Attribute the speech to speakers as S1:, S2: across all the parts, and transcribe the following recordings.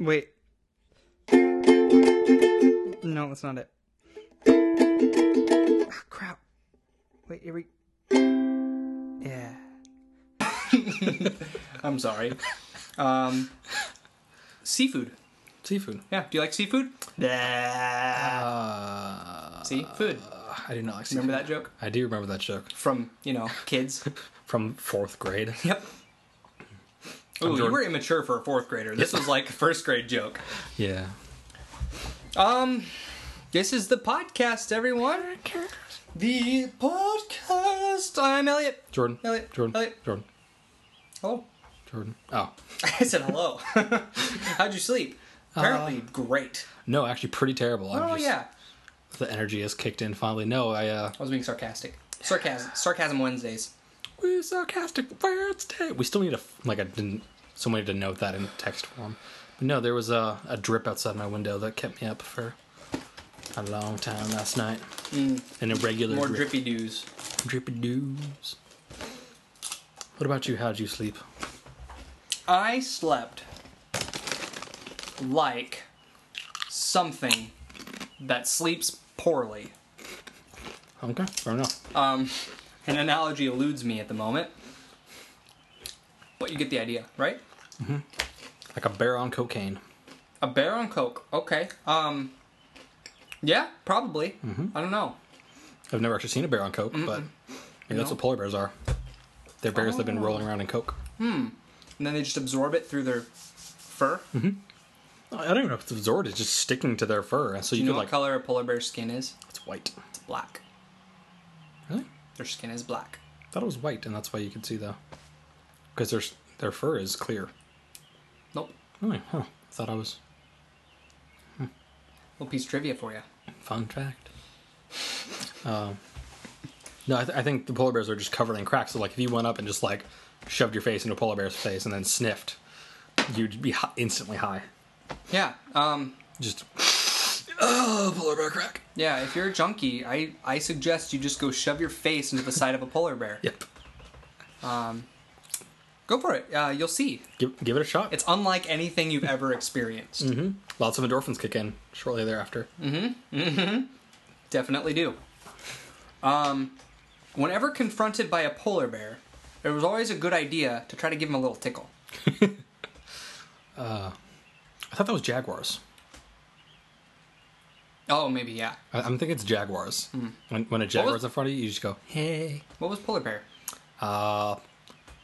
S1: Wait. No, that's not it. Ah, crap. Wait, here we. Yeah.
S2: I'm sorry. Um, seafood.
S3: Seafood.
S2: Yeah. Do you like seafood?
S3: Uh,
S2: Seafood.
S3: I do not like seafood.
S2: Remember that joke
S3: I do remember that joke
S2: from you know kids?
S3: from fourth grade.
S2: yep. Ooh, you
S3: Jordan.
S2: were immature for a fourth grader. This was like a first grade joke.
S3: yeah.
S2: Um, this is the podcast, everyone. The podcast. I'm Elliot.
S3: Jordan.
S2: Elliot.
S3: Jordan.
S2: Elliot.
S3: Jordan.
S2: Hello.
S3: Jordan. Oh.
S2: I said hello. How'd you sleep? Apparently, great.
S3: No, actually, pretty terrible. I'm
S2: Oh
S3: Uh, just-
S2: yeah.
S3: The energy has kicked in finally. No, I, uh.
S2: I was being sarcastic. Sarcasm. Sarcasm Wednesdays.
S3: We sarcastic words day. We still need a. Like, I didn't. Somebody to note that in text form. But no, there was a, a drip outside my window that kept me up for a long time last night. An irregular
S2: More
S3: Mm. drip.
S2: drippy doos.
S3: Drippy doos. What about you? How'd you sleep?
S2: I slept like something that sleeps poorly.
S3: Okay, fair enough.
S2: Um, an analogy eludes me at the moment, but you get the idea, right?
S3: Like a bear on cocaine.
S2: A bear on coke. Okay. Um, yeah, probably. I don't know.
S3: I've never actually seen a bear on coke, but maybe
S2: No.
S3: that's what polar bears are. They're bears that've been rolling around in coke.
S2: And then they just absorb it through their fur.
S3: I don't even know if the Zord is just sticking to their fur, so
S2: Do
S3: you,
S2: you know
S3: could
S2: what
S3: like
S2: color a polar bear's skin is?
S3: it's white.
S2: It's black.
S3: Really?
S2: Their skin is black.
S3: thought it was white, and that's why you could see the because their their fur is clear.
S2: Nope.
S3: Really? Huh. Thought I was
S2: Little piece of trivia for you.
S3: fun fact. Um, no, I, th- I think the polar bears are just covered in cracks. So like, if you went up and just like shoved your face into a polar bear's face and then sniffed, you'd be hi- instantly high.
S2: Yeah. Um,
S3: Just oh, polar bear crack.
S2: Yeah, if you're a junkie, I, I suggest you just go shove your face into the side of a polar bear.
S3: Yep.
S2: Go for it. Uh, you'll see.
S3: Give, give it a shot.
S2: It's unlike anything you've ever experienced.
S3: Mm-hmm. Lots of endorphins kick in shortly thereafter.
S2: Mm. Definitely do. Um, whenever confronted by a polar bear, it was always a good idea to try to give him a little tickle.
S3: I thought that was jaguars.
S2: Oh, maybe yeah.
S3: I, I'm thinking it's jaguars. When, when a jaguar's
S2: Mm. was-
S3: in front of you, you just go, "Hey."
S2: What was polar bear?
S3: Uh,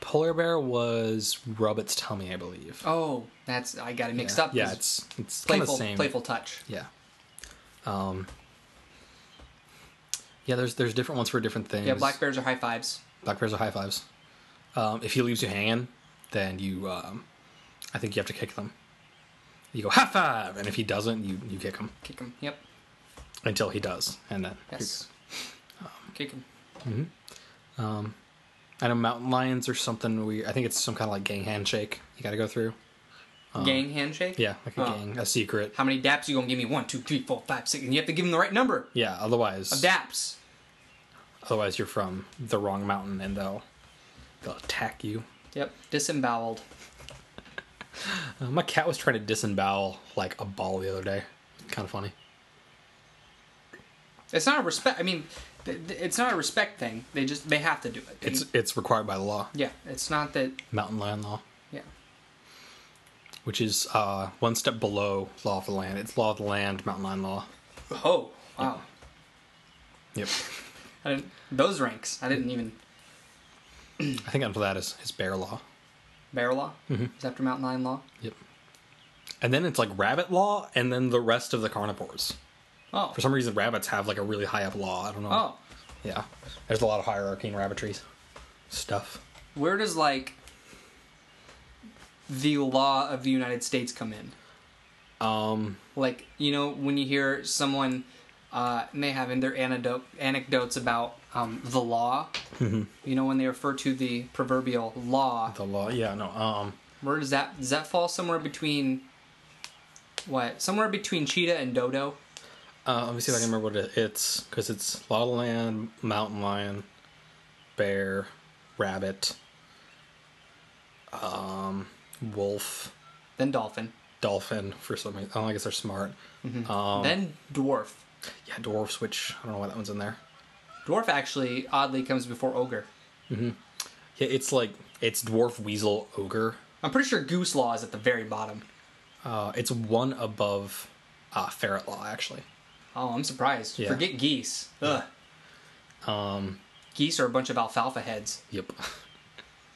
S3: polar bear was rub its tummy, I believe.
S2: Oh, that's I got it mixed up.
S3: Yeah,
S2: 'cause
S3: it's it's kind of the
S2: playful,
S3: same.
S2: playful touch.
S3: Yeah. Um. Yeah, there's there's different ones for different things.
S2: Yeah, black bears are high fives.
S3: black bears are high fives. Um, if he leaves you hanging, then you, um, I think you have to kick them. You go high five, and if he doesn't, you you kick him
S2: Kick him. Yep.
S3: until he does, and then
S2: Yes. Kick him.
S3: I know mountain lions or something. We I think it's some kind of like gang handshake you got to go through.
S2: Gang handshake.
S3: Um, Yeah, like a
S2: Oh.
S3: gang, a secret.
S2: How many daps you gonna give me? One, two, three, four, five, six. And you have to give him the right number.
S3: Yeah, otherwise
S2: Daps.
S3: otherwise you're from the wrong mountain and they'll they'll attack you.
S2: Yep. Disemboweled.
S3: Uh, my cat was trying to disembowel like a ball the other day. Kind of funny.
S2: It's not a respect. I mean, th- th- it's not a respect thing. They just they have to do it. They-
S3: It's it's required by law,
S2: yeah. It's not that.
S3: mountain lion law,
S2: Yeah.
S3: which is uh, one step below law of the land. It's law of the land, mountain lion law.
S2: Oh wow.
S3: Yep.
S2: I didn't, those ranks. I didn't even
S3: I think after that is is bear law.
S2: bear law.
S3: Mm-hmm.
S2: It's after mountain lion law.
S3: Yep. And then it's like rabbit law, and then the rest of the carnivores.
S2: Oh.
S3: For some reason, rabbits have like a really high up law. I don't know.
S2: oh.
S3: Yeah. There's a lot of hierarchy in rabbitries stuff.
S2: Where does like the law of the United States come in?
S3: Um,
S2: Like you know when you hear someone. Uh, and they have in their anecdote, anecdotes about um, the law. You know when they refer to the proverbial law.
S3: the law. Yeah. No. Um.
S2: Where does that does that fall somewhere between what? Somewhere between cheetah and dodo?
S3: Uh, let me see if I can remember what it, it's because it's lot of land, mountain lion, bear, rabbit, um, wolf,
S2: Then dolphin.
S3: dolphin for some reason. Oh, I guess they're smart.
S2: then dwarf.
S3: Yeah, dwarfs, which I don't know why that one's in there.
S2: Dwarf actually oddly comes before ogre.
S3: Yeah, it's like it's dwarf, weasel, ogre.
S2: I'm pretty sure goose law is at the very bottom.
S3: Uh, it's one above uh, ferret law actually.
S2: Oh, I'm surprised.
S3: Yeah. Um,
S2: Forget geese. Ugh. Um, geese are a bunch of alfalfa heads.
S3: Yep.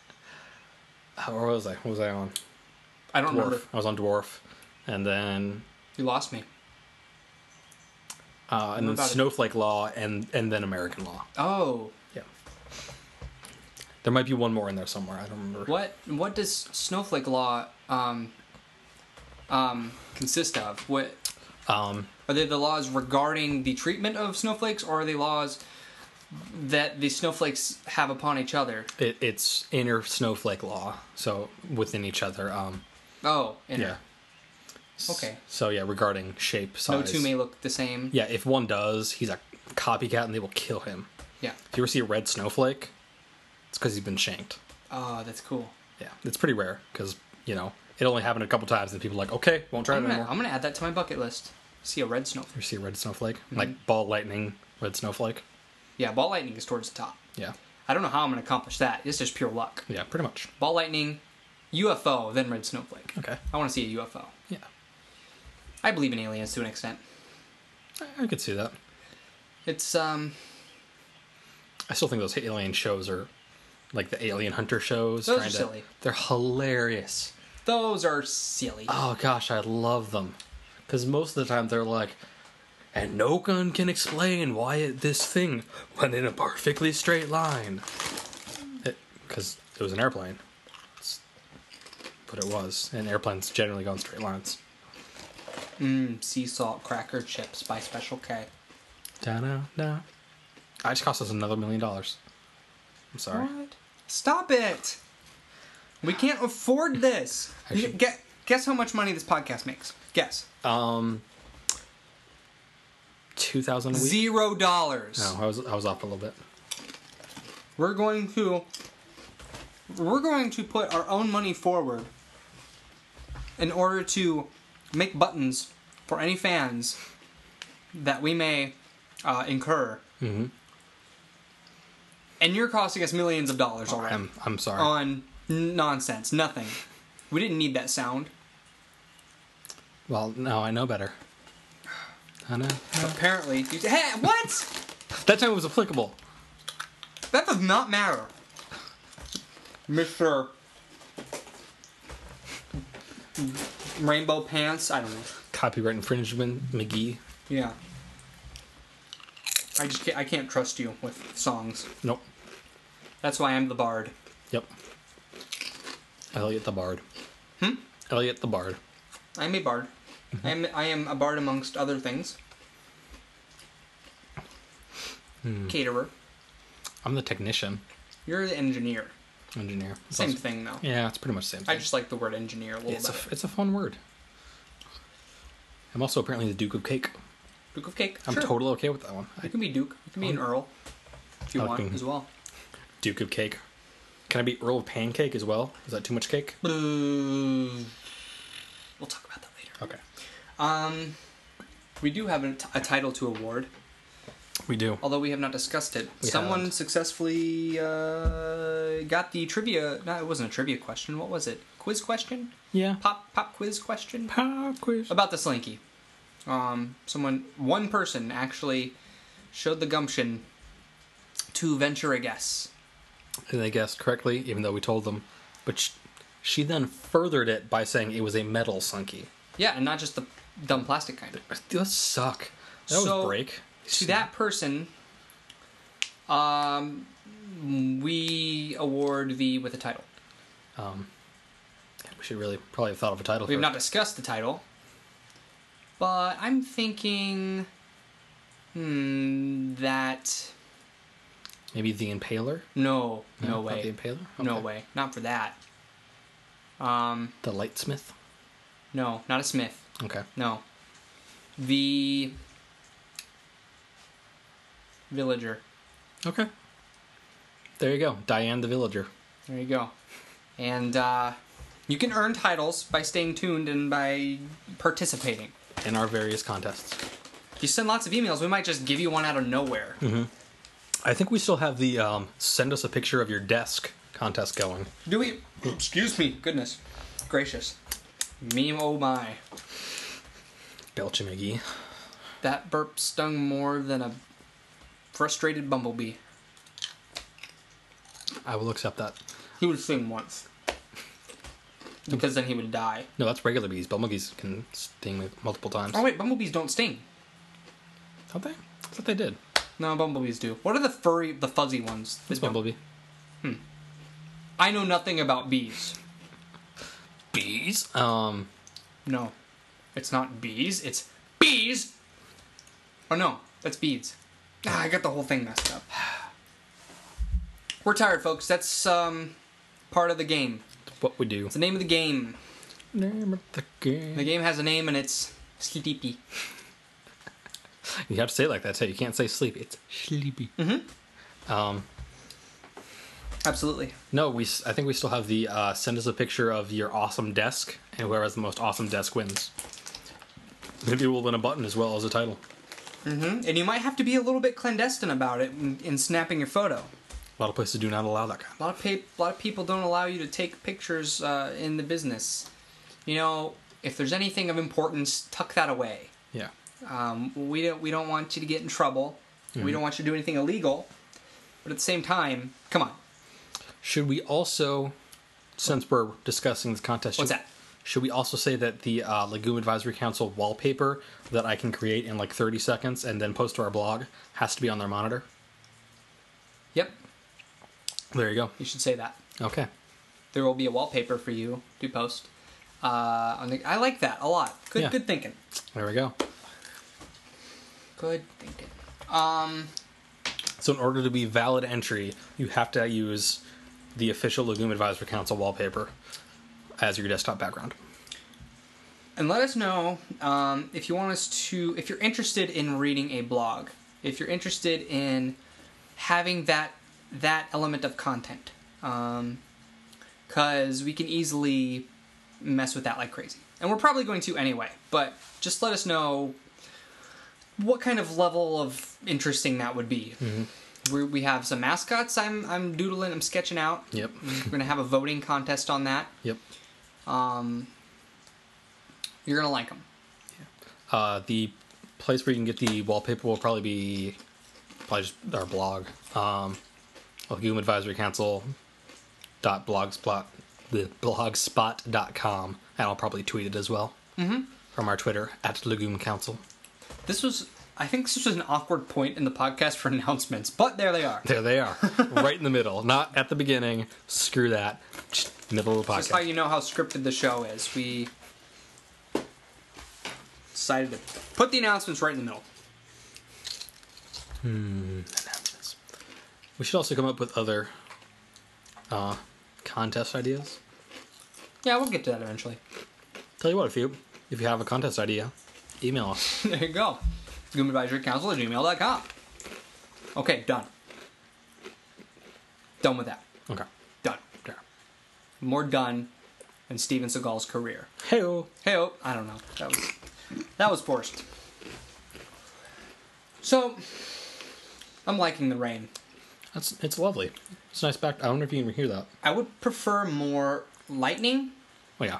S3: How where was I? What was I on?
S2: I don't
S3: Dwarf.
S2: remember.
S3: I was on dwarf, and then
S2: You lost me.
S3: uh, and
S2: What
S3: then
S2: about it?
S3: snowflake law, and and then American law.
S2: Oh,
S3: Yeah. There might be one more in there somewhere. I don't remember.
S2: what what does snowflake law um um consist of? What
S3: Um,
S2: are they the laws regarding the treatment of snowflakes, or are they laws that the snowflakes have upon each other?
S3: it, it's inner snowflake law, so within each other. Um,
S2: Oh, and
S3: yeah.
S2: Okay.
S3: So yeah, regarding shape,
S2: No
S3: size.
S2: two may look the same.
S3: Yeah, if one does, he's a copycat, and they will kill him.
S2: Yeah.
S3: If you ever see a red snowflake, it's because he's been shanked.
S2: Oh, that's cool.
S3: Yeah, it's pretty rare because you know it only happened a couple times, and people are like, okay, won't try
S2: I'm
S3: it
S2: gonna,
S3: anymore.
S2: I'm gonna add that to my bucket list. See a red snowflake.
S3: You see a red snowflake,
S2: Mm-hmm.
S3: like ball lightning, red snowflake.
S2: Yeah, ball lightning is towards the top.
S3: Yeah,
S2: I don't know how I'm gonna accomplish that. It's just pure luck.
S3: yeah, pretty much.
S2: Ball lightning, UFO, then red snowflake.
S3: Okay.
S2: I want to see a UFO.
S3: Yeah,
S2: I believe in aliens to an extent.
S3: I- I could see that.
S2: It's um
S3: I still think those alien shows are like the alien hunter shows.
S2: Those are
S3: trying to-
S2: silly.
S3: They're hilarious.
S2: those are silly.
S3: Oh gosh, I love them because most of the time they're like, and no one can explain why it, this thing went in a perfectly straight line. Because it, was an airplane, It's- but it was, and airplanes generally go in straight lines.
S2: Mm, sea salt cracker chips by Special K.
S3: Da da. I just cost us another million dollars. I'm sorry.
S2: What? Stop it! We can't afford this.
S3: I
S2: You-
S3: should-
S2: Gue- guess how much money this podcast makes? Guess
S3: Um, two thousand a week.
S2: zero dollars.
S3: No, I was I was off a little bit.
S2: We're going to we're going to put our own money forward in order to make buttons for any fans that we may uh, incur. Mm-hmm. And you're costing us millions of dollars already
S3: I'm I'm sorry.
S2: on n- nonsense, nothing. We didn't need that sound.
S3: well, now I know better. I know.
S2: Apparently, you hey, what?
S3: That time it was applicable.
S2: That does not matter, Mister Rainbow Pants. I don't know.
S3: Copyright infringement, McGee.
S2: Yeah. I just can't, I can't trust you with songs.
S3: Nope.
S2: That's why I'm the bard.
S3: Yep. Elliot the Bard. Hmm? Elliot the Bard.
S2: I'm a bard. I am I am a bard amongst other things. Caterer.
S3: I'm the technician,
S2: You're the engineer.
S3: engineer. It's
S2: Same
S3: also-
S2: thing though.
S3: Yeah, it's pretty much the same
S2: I
S3: thing.
S2: just like the word engineer a little
S3: it's, a,
S2: better.
S3: it's a fun word. I'm also apparently the Duke of Cake.
S2: Duke of Cake.
S3: I'm
S2: sure.
S3: totally okay with that one. I,
S2: You can be Duke. You can be an Earl if you
S3: I
S2: want
S3: can-
S2: as well.
S3: Duke of Cake. Can I be Earl of Pancake as well? Is that too much cake?
S2: We'll talk about that later.
S3: Okay.
S2: Um, we do have a, t- a title to award,
S3: We do.
S2: although we have not discussed it.
S3: We
S2: Someone
S3: haven't.
S2: successfully uh, got the trivia. No, it wasn't a trivia question. What was it? Quiz question?
S3: Yeah.
S2: Pop pop quiz question
S3: Pop quiz.
S2: about the slinky. Um, someone, one person actually showed the gumption to venture a guess.
S3: And they guessed correctly, even though we told them. But sh- she then furthered it by saying it was a metal Slinky.
S2: Yeah, and not just the dumb plastic kind.
S3: Those suck. That
S2: So,
S3: was break.
S2: to that person, um, we award the with a title.
S3: We should really probably have thought of a title.
S2: We have
S3: for
S2: not discussed the title, but I'm thinking hmm, that
S3: it. maybe the Impaler.
S2: no, no,
S3: Not
S2: way,
S3: the Impaler.
S2: no
S3: Okay.
S2: way, not for that. Um,
S3: The Lightsmith.
S2: no, not a Smith.
S3: Okay.
S2: No, the villager.
S3: Okay. There you go, Diane the Villager.
S2: There you go. And uh, You can earn titles by staying tuned and by participating.
S3: in our various contests.
S2: If you send lots of emails, we might just give you one out of nowhere.
S3: I think we still have the um, send us a picture of your desk contest going.
S2: Do we? Excuse me. Goodness gracious. Me, oh my.
S3: Belch McGee.
S2: That burp stung more than a frustrated bumblebee.
S3: I will accept that.
S2: He would sting once. Because then he would die.
S3: No, that's regular bees. Bumblebees can sting me multiple times.
S2: Oh, wait, bumblebees don't sting.
S3: Don't they? I thought they did.
S2: No, bumblebees do. What are the furry, the fuzzy ones? that
S3: It's
S2: don't-
S3: bumblebee.
S2: I know nothing about bees.
S3: Bees? Um,
S2: No. It's not bees, it's bees! Oh no, that's beads. Ah, I got the whole thing messed up. We're tired, folks. That's um, part of the game.
S3: what we do.
S2: It's the name of the game.
S3: Name of the game.
S2: The game has a name and it's sleepy.
S3: You have to say it like that too. You can't say sleepy. It's Mm-hmm. sleepy. Um,
S2: Absolutely.
S3: no, we. s- I think we still have the uh, send us a picture of your awesome desk, and whoever has the most awesome desk wins. Maybe we'll win a button as well as a title.
S2: And you might have to be a little bit clandestine about it in, in snapping your photo.
S3: A lot of places do not allow that kind.
S2: A lot of pa- a lot of people don't allow you to take pictures uh, in the business. You know, if there's anything of importance, tuck that away.
S3: Yeah.
S2: Um, we don't we don't want you to get in trouble. We don't want you to do anything illegal. But at the same time, come on.
S3: Should we also, since we're discussing this contest,
S2: What's
S3: should-
S2: that?
S3: Should we also say that the uh, Legume Advisory Council wallpaper that I can create in like 30 seconds and then post to our blog has to be on their monitor?
S2: Yep,
S3: There you go.
S2: you should say that.
S3: Okay.
S2: There will be a wallpaper for you to post. Uh, on the, I like that a lot. Good
S3: Yeah.
S2: good thinking.
S3: There we go.
S2: Good thinking.
S3: So, in order to be valid entry, you have to use the official Legume Advisory Council wallpaper as your desktop background.
S2: and let us know um, if you want us to if you're interested in reading a blog if you're interested in having that that element of content because we can easily mess with that like crazy and we're probably going to anyway but just let us know what kind of level of interesting that would be we we have some mascots i'm i'm doodling i'm sketching out
S3: Yep.
S2: we're gonna have a voting contest on that
S3: Yep.
S2: you're gonna like them
S3: Uh, the place where you can get the wallpaper will probably be probably just our blog, um, Legume Advisory Council dot blogspot the blogspot.com and I'll probably tweet it as well mm-hmm. from our Twitter at Legume Council.
S2: This was, I think, this was an awkward point in the podcast for announcements, but there they are.
S3: There they are, right in the middle, not at the beginning. Screw that, Just middle of the
S2: That's how
S3: podcast.
S2: you know how scripted the show is. We decided to put the announcements right in the middle.
S3: Announcements. we should also come up with other uh, contest ideas.
S2: Yeah, we'll get to that eventually.
S3: Tell you what, if you if you have a contest idea, email us.
S2: there you go. Goom Advisory Council at gmail.com. Okay, done. Done with that.
S3: Okay.
S2: Done.
S3: There.
S2: More done than Steven Seagal's career.
S3: Hey.
S2: Hey, oh, I don't know. That was that was forced. So, I'm liking the rain.
S3: That's it's lovely. It's a nice back. I wonder if you can hear that.
S2: I would prefer more lightning
S3: Oh yeah,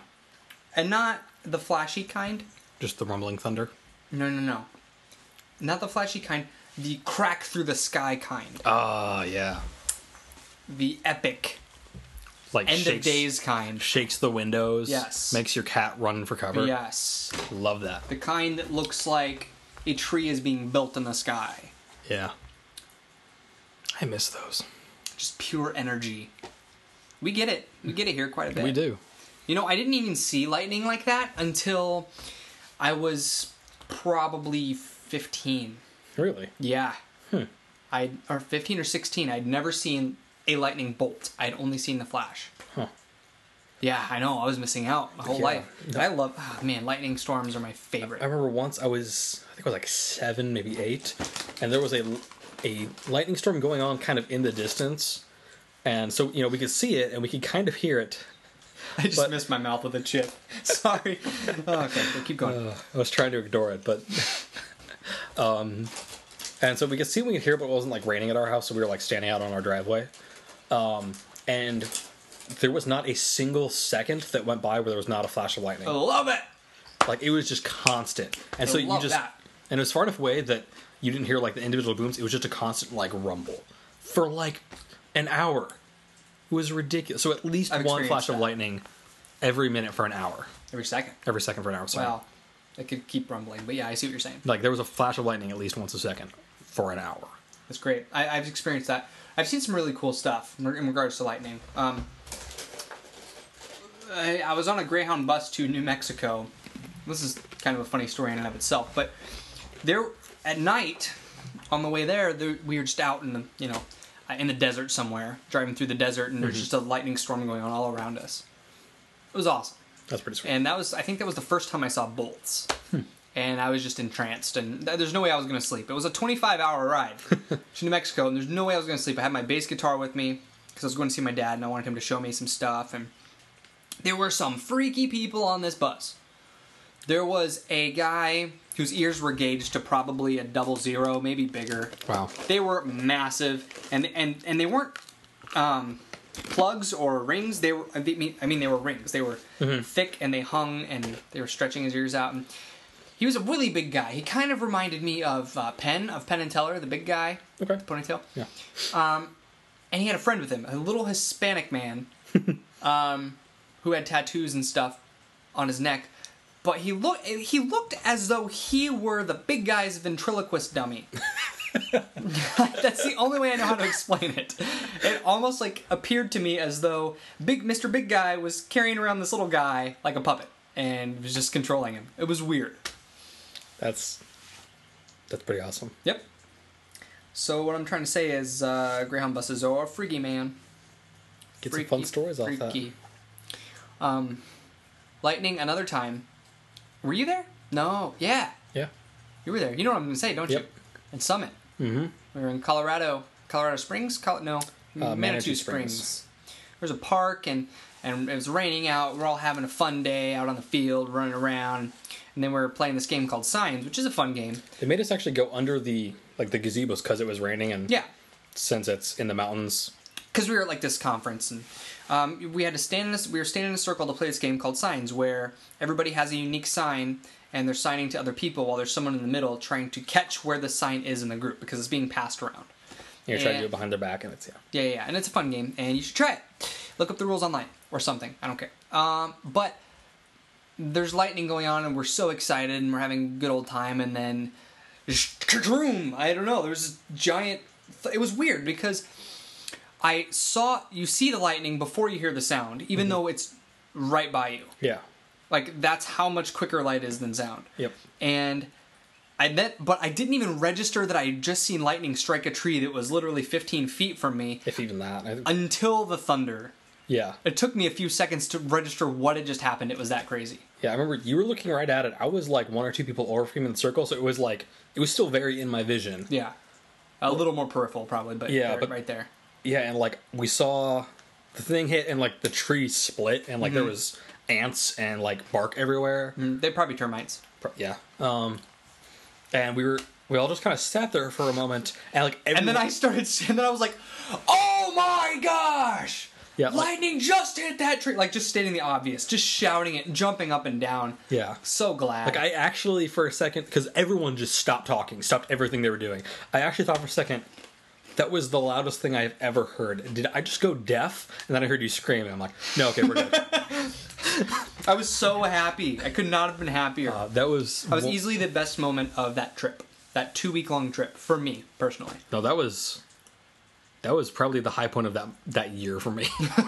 S2: and not the flashy kind.
S3: just the rumbling thunder.
S2: No, no, no. Not the flashy kind. The crack through the sky kind.
S3: Ah yeah,
S2: The epic
S3: like
S2: end
S3: shakes,
S2: of days kind.
S3: shakes the windows.
S2: Yes.
S3: makes your cat run for cover.
S2: Yes.
S3: love that.
S2: The kind that looks like a tree is being built in the sky.
S3: Yeah, I miss those.
S2: Just pure energy. We get it. We get it here quite a bit.
S3: We do.
S2: You know, I didn't even see lightning like that until I was probably 15.
S3: Really?
S2: Yeah.
S3: Hmm.
S2: I or 15 or 16, I'd never seen a lightning bolt. I'd only seen the flash.
S3: Huh.
S2: Yeah, I know. I was missing out my whole
S3: Yeah.
S2: life. But I love ah, man, lightning storms are my favorite.
S3: I remember once I was I think I was like seven, maybe eight, and there was a a lightning storm going on kind of in the distance, and so you know we could see it and we could kind of hear it,
S2: I just missed my mouth with a chip. Sorry. Oh, okay, well, keep going.
S3: Uh, I was trying to ignore it, but um, and so we could see we could hear, but it wasn't like raining at our house, so we were like standing out on our driveway, um, and there was not a single second that went by where there was not a flash of lightning.
S2: I love it.
S3: Like it was just constant, and
S2: Oh. I
S3: so you
S2: love
S3: just
S2: that.
S3: and it was far enough away that you didn't hear like the individual booms. It was just a constant like rumble for like an hour. It was ridiculous. So at least
S2: I've
S3: one flash
S2: experienced
S3: of
S2: that.
S3: lightning every minute for an hour,
S2: Every second.
S3: every second for an hour. Sorry.
S2: Wow. I could keep rumbling, but yeah, I see what you're saying.
S3: Like there was a flash of lightning at least once a second for an hour.
S2: That's great. I, I've experienced that. I've seen some really cool stuff in in regards to lightning. Um, I, I was on a Greyhound bus to New Mexico. This is kind of a funny story in and of itself, but there at night on the way there, there we were just out in the you know uh, in the desert somewhere, driving through the desert, and there's just a lightning storm going on all around us. It was awesome,
S3: That's Hmm. pretty sweet.
S2: and that was I think that was the first time I saw bolts. And I was just entranced, and th- there's no way I was gonna sleep. It was a 25 hour ride to New Mexico, and there's no way I was gonna sleep. I had my bass guitar with me because I was going to see my dad, and I wanted him to show me some stuff. And there were some freaky people on this bus. There was a guy whose ears were gauged to probably a double zero, maybe bigger.
S3: wow.
S2: They were massive, and and and they weren't um, plugs or rings. They were I mean I mean they were rings. They were thick and they hung and they were stretching his ears out. And he was a really big guy. He kind of reminded me of uh, Penn of Penn and Teller, the big guy,
S3: Okay.
S2: ponytail
S3: Yeah.
S2: and he had a friend with him, a little Hispanic man, um, who had tattoos and stuff on his neck. But he looked he looked as though he were the big guy's ventriloquist dummy. That's the only way I know how to explain it. It almost like appeared to me as though Big Mr. Big Guy was carrying around this little guy like a puppet and was just controlling him. It was weird.
S3: That's that's pretty awesome.
S2: Yep. So what I'm trying to say is uh, Greyhound buses are freaky, man.
S3: Get
S2: Freaky,
S3: some fun stories off
S2: freaky. Um, lightning. Another time. Were you there? No. Yeah,
S3: that. Yeah.
S2: you were there. You know what I'm gonna say, don't you?
S3: Yep.
S2: In Summit. Mm-hmm. We were in Colorado, Colorado Springs. Col- no, Manitou,
S3: Uh, Manitou
S2: Springs.
S3: Springs.
S2: There was a park, and and it was raining out. We're all having a fun day out on the field, running around, and then we were playing this game called Signs, which is a fun game.
S3: They made us actually go under the like the gazebos because it was raining and
S2: Yeah.
S3: since it's in the mountains.
S2: because we were at like this conference and um, we had to stand in a, we were standing in a circle to play this game called signs where everybody has a unique sign and they're signing to other people while there's someone in the middle trying to catch where the sign is in the group because it's being passed around
S3: You're trying to
S2: Yeah.
S3: do it behind their back and it's yeah.
S2: yeah, yeah, yeah. And it's a fun game, and you should try it. Look up the rules online or something. I don't care. Um, but there's lightning going on, and we're so excited, and we're having a good old time, and then, room. I don't know. There was this giant. Th- it was weird because I saw you see the lightning before you hear the sound, even though it's right by you.
S3: Yeah.
S2: Like that's how much quicker light is than sound.
S3: Yep.
S2: And I then, but I didn't even register that I had just seen lightning strike a tree that was literally 15 feet from me
S3: If even that. I,
S2: until the thunder.
S3: yeah.
S2: It took me a few seconds to register what had just happened. It was that crazy.
S3: Yeah, I remember you were looking right at it. I was like one or two people over from in the circle, so it was like it was still very in my vision.
S2: Yeah. A little more peripheral, probably, but
S3: Yeah,
S2: yeah,
S3: but-
S2: right there.
S3: Yeah, and like we saw the thing hit and like the tree split and like
S2: Mm-hmm.
S3: there was ants and like bark everywhere.
S2: Mm, They probably termites.
S3: Pro- Yeah. Um and we were we all just kind of sat there for a moment and like
S2: And
S3: everyone,
S2: then I started, and then I was like, "Oh my gosh!
S3: Yeah, like-
S2: lightning just hit that tree!" Like just stating the obvious, just shouting it, jumping up and down.
S3: Yeah.
S2: So glad.
S3: Like I actually for a second because everyone just stopped talking, stopped everything they were doing. I actually thought for a second that was the loudest thing I've ever heard. Did I just go deaf? And then I heard you scream, and I'm like, no, okay, we're good.
S2: I was so happy. I could not have been happier.
S3: Uh, that was
S2: I was easily the best moment of that trip, that two week long trip for me personally.
S3: No, that was that was probably the high point of that that year for me.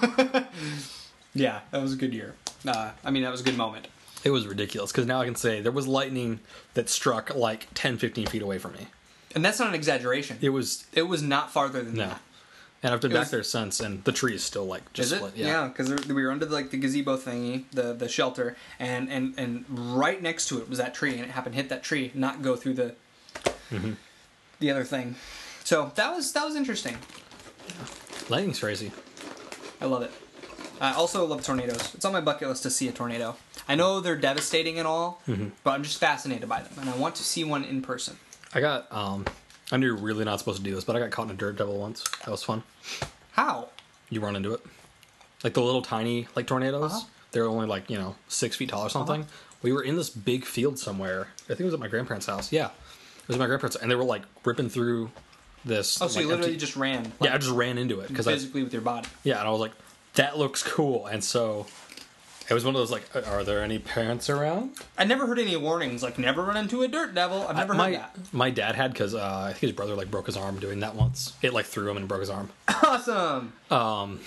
S2: Yeah, that was a good year. Uh, I mean, that was a good moment.
S3: it was ridiculous because now I can say there was lightning that struck like 10, 15 feet away from me.
S2: And that's not an exaggeration.
S3: It was
S2: It was not farther than
S3: no,
S2: that.
S3: and I've been back
S2: was-
S3: there since, and the tree is still like just
S2: Is it?
S3: split.
S2: Yeah, because we were under like the gazebo thingy, the the shelter, and and and right next to it was that tree, and it happened to hit that tree, not go through the
S3: Mm-hmm.
S2: the other thing. So that was that was interesting.
S3: lightning's crazy.
S2: I love it. I also love tornadoes. It's on my bucket list to see a tornado. I know they're devastating and all,
S3: Mm-hmm.
S2: but I'm just fascinated by them, and I want to see one in person.
S3: I got um I knew you're really not supposed to do this, but I got caught in a dirt devil once. That was fun.
S2: How?
S3: You run into it. Like the little tiny like tornadoes.
S2: Uh-huh.
S3: They're only like, you know, six feet tall or something. We were in this big field somewhere. I think it was at my grandparents' house. Yeah. It was at my grandparents and they were like ripping through this.
S2: Oh, so
S3: like,
S2: you literally
S3: empty-
S2: just ran like,
S3: Yeah, I just ran into it because I
S2: physically with your body.
S3: Yeah, and I was like, that looks cool. And so it was one of those like, are there any parents around?
S2: I never heard any warnings like never run into a dirt devil. I've never
S3: my
S2: heard that.
S3: my dad had because uh, I think his brother like broke his arm doing that once. It like threw him and broke his arm.
S2: Awesome. Um,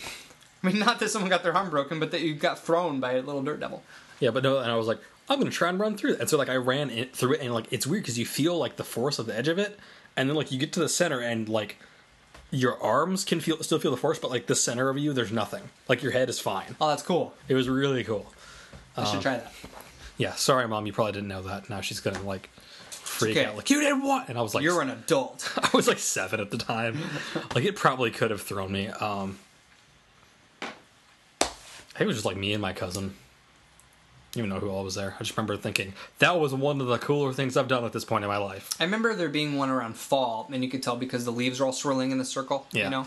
S2: I mean, not that someone got their arm broken, but that you got thrown by a little dirt devil.
S3: Yeah, but no, and I was like, I'm gonna try and run through it. And so like I ran it, through it, and like it's weird because you feel like the force of the edge of it, and then like you get to the center and like your arms can feel still feel the force, but like the center of you, there's nothing. Like your head is fine.
S2: Oh, that's cool.
S3: It was really cool.
S2: I should try that.
S3: Yeah, sorry, mom, you probably didn't know that. Now she's gonna like freak
S2: okay.
S3: out. Like you did what? And I was like,
S2: You're an adult.
S3: I was like seven at the time. Like it probably could have thrown me. Um, I think it was just like me and my cousin. I don't even know who all was there. I just remember thinking that was one of the cooler things I've done at this point in my life.
S2: I remember there being one around fall, and you could tell because the leaves are all swirling in the circle.
S3: Yeah.
S2: You know.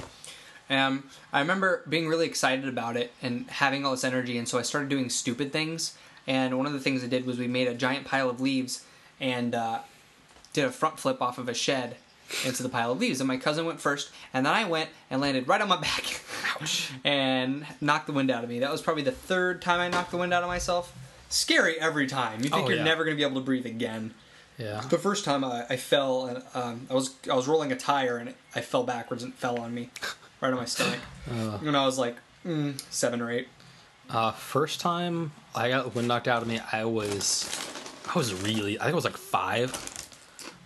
S2: Um, I remember being really excited about it and having all this energy, and so I started doing stupid things. And one of the things I did was we made a giant pile of leaves and uh, did a front flip off of a shed into the pile of leaves. And my cousin went first, and then I went and landed right on my back. Ouch. And knocked the wind out of me. That was probably the third time I knocked the wind out of myself. Scary every time. You think
S3: Oh,
S2: you're
S3: yeah.
S2: never going to be able to breathe again.
S3: Yeah,
S2: The first time I, I fell, and um, I was I was rolling a tire, and I fell backwards and it fell on me, right on my stomach. and I was like mm, seven or eight.
S3: uh, first time I got wind knocked out of me, I was, I was really, I think I was like five.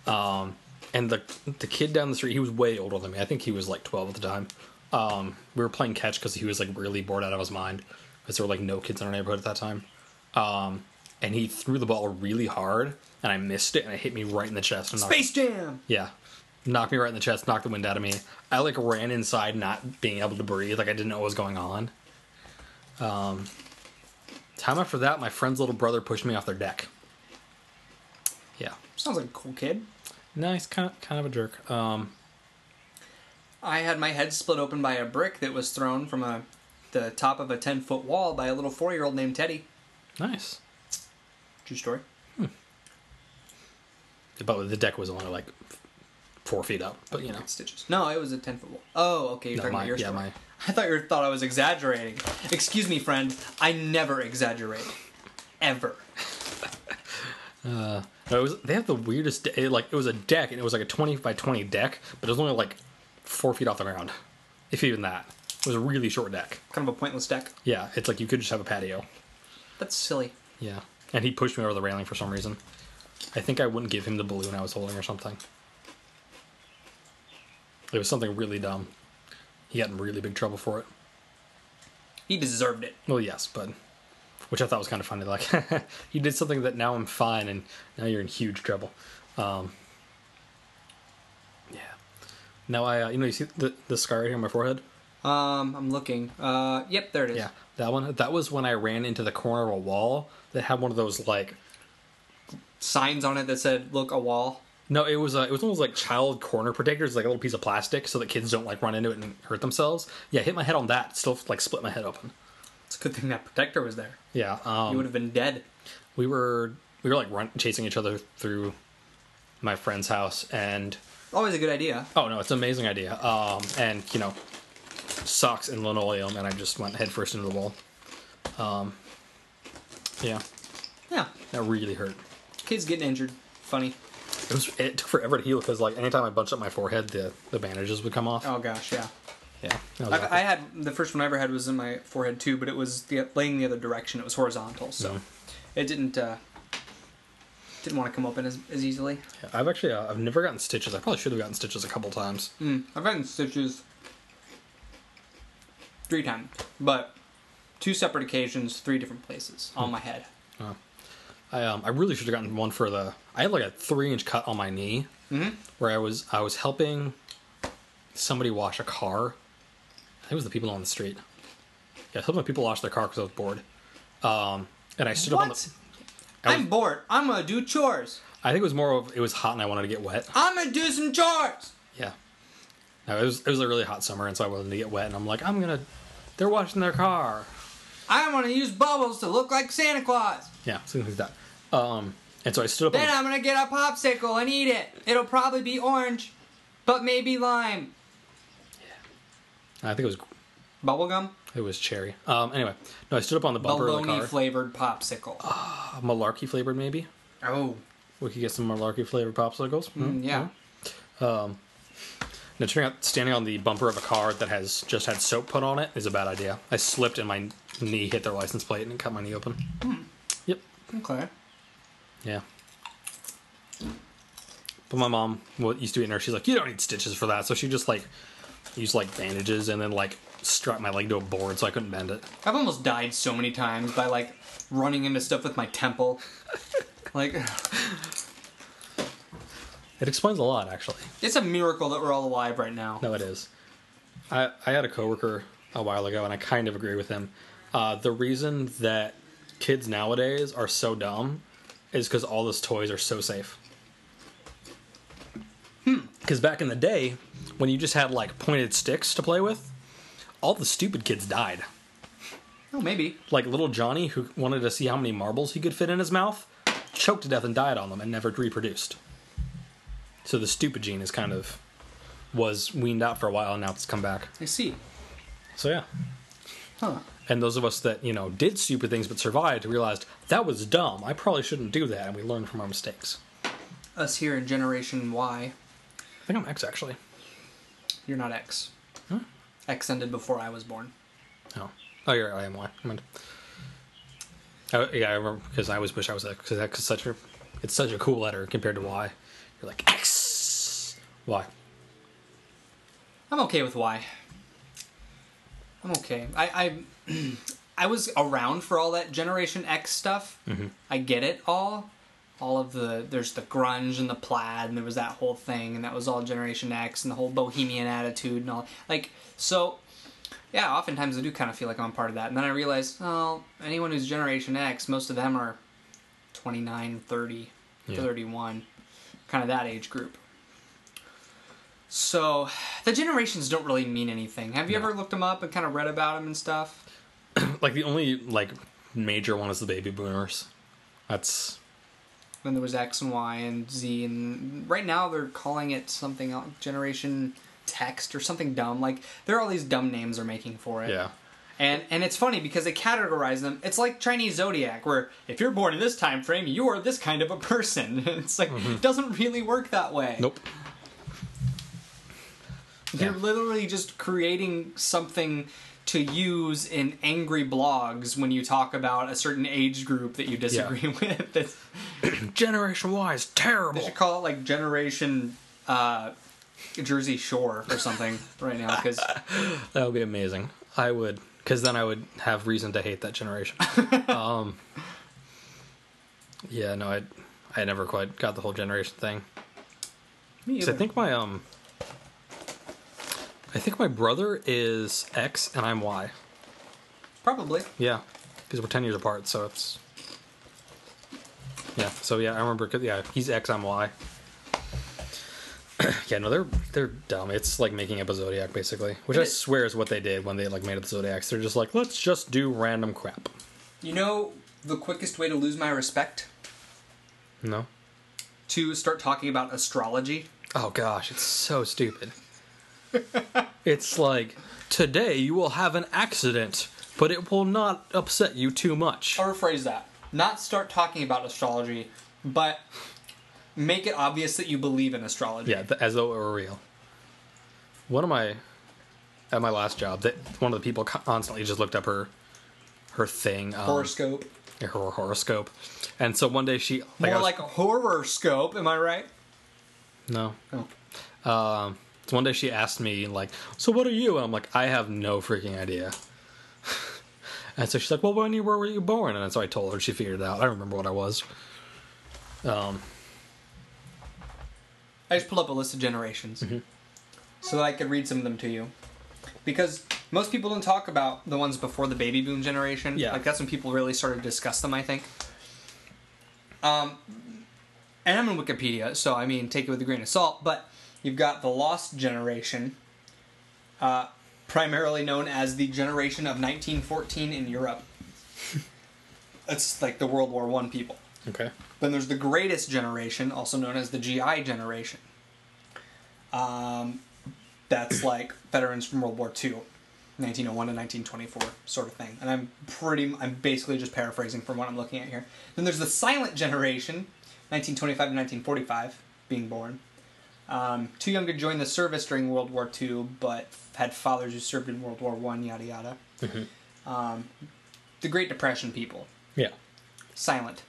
S3: Um, and the the kid down the street, he was way older than me. I think he was like twelve at the time. Um, we were playing catch because he was like really bored out of his mind because there were like no kids in our neighborhood at that time. Um, and he threw the ball really hard, and I missed it, and it hit me right in the chest. And knocked-
S2: Space Jam.
S3: yeah. Knocked me right in the chest, knocked the wind out of me. I like ran inside not being able to breathe, like I didn't know what was going on. Um time after that, my friend's little brother pushed me off their deck. Yeah.
S2: Sounds like a cool kid.
S3: No, he's kind of, kind of a jerk. Um
S2: I had my head split open by a brick that was thrown from a the top of a ten foot wall by a little four year old named Teddy.
S3: nice.
S2: True story.
S3: But the deck was only like f- four feet up. But you know.
S2: Stitches. No, it was a ten foot wall. Oh, okay. You're
S3: No,
S2: talking
S3: my-
S2: about your
S3: yeah,
S2: story.
S3: my-
S2: I thought you were- thought I was exaggerating. Excuse me, friend. I never exaggerate, ever.
S3: No, it was they have the weirdest de- it, like it was a deck and it was like a twenty by twenty deck, but it was only like four feet off the ground. If even that. It was a really short deck.
S2: Kind of a pointless deck.
S3: Yeah, it's like you could just have a patio.
S2: That's silly.
S3: Yeah. And he pushed me over the railing for some reason. I think I wouldn't give him the balloon I was holding or something. It was something really dumb. He got in really big trouble for it.
S2: He deserved it.
S3: Well, yes, but which I thought was kind of funny. Like, you did something that now I'm fine, and now you're in huge trouble. Um, yeah. Now I, uh, you know, you see the the scar right here on my forehead.
S2: Um, I'm looking. Uh, yep, there it is.
S3: Yeah, that one. That was when I ran into the corner of a wall that had one of those like
S2: Signs on it that said, "Look, a wall."
S3: No, it was uh, it was one of those like child corner protectors, like a little piece of plastic, so that kids don't like run into it and hurt themselves. Yeah, hit my head on that, still like split my head open.
S2: It's a good thing that protector was there.
S3: Yeah,
S2: You would
S3: um,
S2: have been dead.
S3: we were we were like run- chasing each other through my friend's house, and
S2: Always a good idea.
S3: oh no, it's an amazing idea. Um, and you know, socks and linoleum, and I just went headfirst into the wall. Um, yeah,
S2: Yeah,
S3: that really hurt.
S2: kids getting injured. Funny.
S3: It was it took forever to heal because like anytime I bunched up my forehead, the the bandages would come off.
S2: Oh gosh, yeah.
S3: Yeah, that was awful.
S2: I, I had the first one I ever had was in my forehead too, but it was the, laying the other direction. It was horizontal, so
S3: Mhm.
S2: it didn't uh, didn't want to come open as, as easily.
S3: Yeah, I've actually uh, I've never gotten stitches. I probably should have gotten stitches a couple times.
S2: Mm, I've gotten stitches three times, but two separate occasions, three different places on my head.
S3: I um I really should have gotten one for the. I had like a three inch cut on my knee
S2: Mm-hmm.
S3: where I was I was helping somebody wash a car. I think it was the people on the street, Yeah, sometimes people lost their car because I was bored. Um, and I stood up on
S2: What?
S3: the.
S2: I'm bored. I'm gonna do chores.
S3: I think it was more of it was hot and I wanted to get wet.
S2: I'm gonna do some chores.
S3: Yeah. No, it was it was a really hot summer and so I wanted to get wet and I'm like I'm gonna. They're washing their car.
S2: I want to use bubbles to look like Santa Claus.
S3: Yeah, something like that. Um, and so I stood up.
S2: Then
S3: on,
S2: I'm gonna get a popsicle and eat it. It'll probably be orange, but maybe lime.
S3: I think it was
S2: Bubblegum?
S3: it was cherry. Um, anyway, no, I stood up on the bumper of the
S2: Bologna
S3: car.
S2: flavored popsicle.
S3: Uh, malarkey flavored maybe.
S2: oh,
S3: We could get some malarkey flavored popsicles.
S2: mm, yeah.
S3: No, turning out standing on the bumper of a car that has just had soap put on it is a bad idea. I slipped and my knee hit their license plate and it cut my knee open. Yep.
S2: Okay.
S3: Yeah. But my mom what used to be a nurse. She's like, you don't need stitches for that. So she just like used like bandages and then like strapped my leg to a board so I couldn't bend it.
S2: I've almost died so many times by like running into stuff with my temple. like,
S3: It explains a lot actually.
S2: it's a miracle that we're all alive right now.
S3: No, it is. I, I had a coworker a while ago, and I kind of agree with him. Uh, the reason that kids nowadays are so dumb is because all those toys are so safe. Because back in the day, when you just had like pointed sticks to play with, all the stupid kids died.
S2: Oh, maybe.
S3: Like little Johnny, who wanted to see how many marbles he could fit in his mouth, choked to death and died on them and never reproduced. So the stupid gene is kind of was weaned out for a while, and now it's come back.
S2: I see.
S3: So yeah.
S2: Huh.
S3: And those of us that, you know, did stupid things but survived realized that was dumb. I probably shouldn't do that and we learned from our mistakes.
S2: Us here in Generation Y.
S3: I think I'm X actually.
S2: You're not X. X ended before I was born.
S3: Oh. Oh you're right, I am Y. I meant- I, yeah, I remember because I always wish I was X because X is such a it's such a cool letter compared to Y. You're like X Y.
S2: I'm okay with Y. I'm okay. I I, I was around for all that Generation X stuff. I get it all. All of the there's the grunge and the plaid and there was that whole thing and that was all Generation X and the whole bohemian attitude and all like so. Yeah, oftentimes I do kind of feel like I'm part of that. And then I realize, oh, anyone who's Generation X, most of them are 29, 30,
S3: Yeah.
S2: 31, kind of that age group. So, the generations don't really mean anything. Have you
S3: No.
S2: ever looked them up and kind of read about them and stuff?
S3: Like the only like major one is the baby boomers. That's
S2: Then there was X and Y and Z, and right now they're calling it something else, generation text or something dumb. Like there are all these dumb names they're making for it.
S3: yeah.
S2: And and it's funny because they categorize them. It's like Chinese zodiac, where if you're born in this time frame, you are this kind of a person. it's like it doesn't really work that way.
S3: Mm-hmm. Nope.
S2: You're
S3: Yeah.
S2: literally just creating something to use in angry blogs when you talk about a certain age group that you disagree with. That's,
S3: Generation Y is
S2: they
S3: terrible.
S2: should call it like Generation uh, Jersey Shore or something right now because
S3: That would be amazing. I would, because then I would have reason to hate that generation. um, yeah, no, I, I never quite got the whole generation thing. 'Cause I think my um, I think my brother is X and I'm Y.
S2: probably
S3: Yeah, because we're ten years apart, so it's. Yeah, so yeah, I remember. 'cause, Yeah, he's X, I'm Y. yeah, no, they're they're dumb. It's like making up a zodiac, basically, which
S2: It
S3: I
S2: is-
S3: swear is what they did when they like made up the zodiacs. They're just like, let's just do random crap.
S2: you know the quickest way to lose my respect
S3: No.
S2: to start talking about astrology.
S3: Oh gosh, it's so stupid. it's like today you will have an accident, but it will not upset you too much.
S2: I'll rephrase that. Not start talking about astrology, but make it obvious that you believe in astrology.
S3: Yeah, th- as though it were real. One of my at my last job, that one of the people constantly just looked up her her thing, um,
S2: Horoscope.
S3: her horoscope, and so one day she like, I
S2: More
S3: was-
S2: like a horror scope, am I right?
S3: no.
S2: Oh.
S3: Um, so one day she asked me like, "So what are you?" And I'm like, "I have no freaking idea." and so she's like, "Well, when you where were you born?" And so I told her. She figured it out. I remember what I was. Um, Mm-hmm.
S2: I just pulled up a list of generations so that I could read some of them to you. Because Most people don't talk about the ones before the baby boom generation.
S3: Yeah.
S2: Like that's when people really started to discuss them, I think. Um, and I'm on Wikipedia, so I mean, take it with a grain of salt, but you've got the lost generation, uh, primarily known as the generation of 1914 in Europe. That's like the World War One people.
S3: Okay.
S2: Then there's the greatest generation, also known as the GI generation. Um, that's like veterans from World War II, 1901 to 1924, sort of thing. And I'm pretty, I'm basically just paraphrasing from what I'm looking at here. Then there's the silent generation, 1925 to 1945, being born. Um, too young to join the service during World War II, but had fathers who served in World War One, yada yada. Um, the Great Depression people,
S3: Yeah.
S2: silent.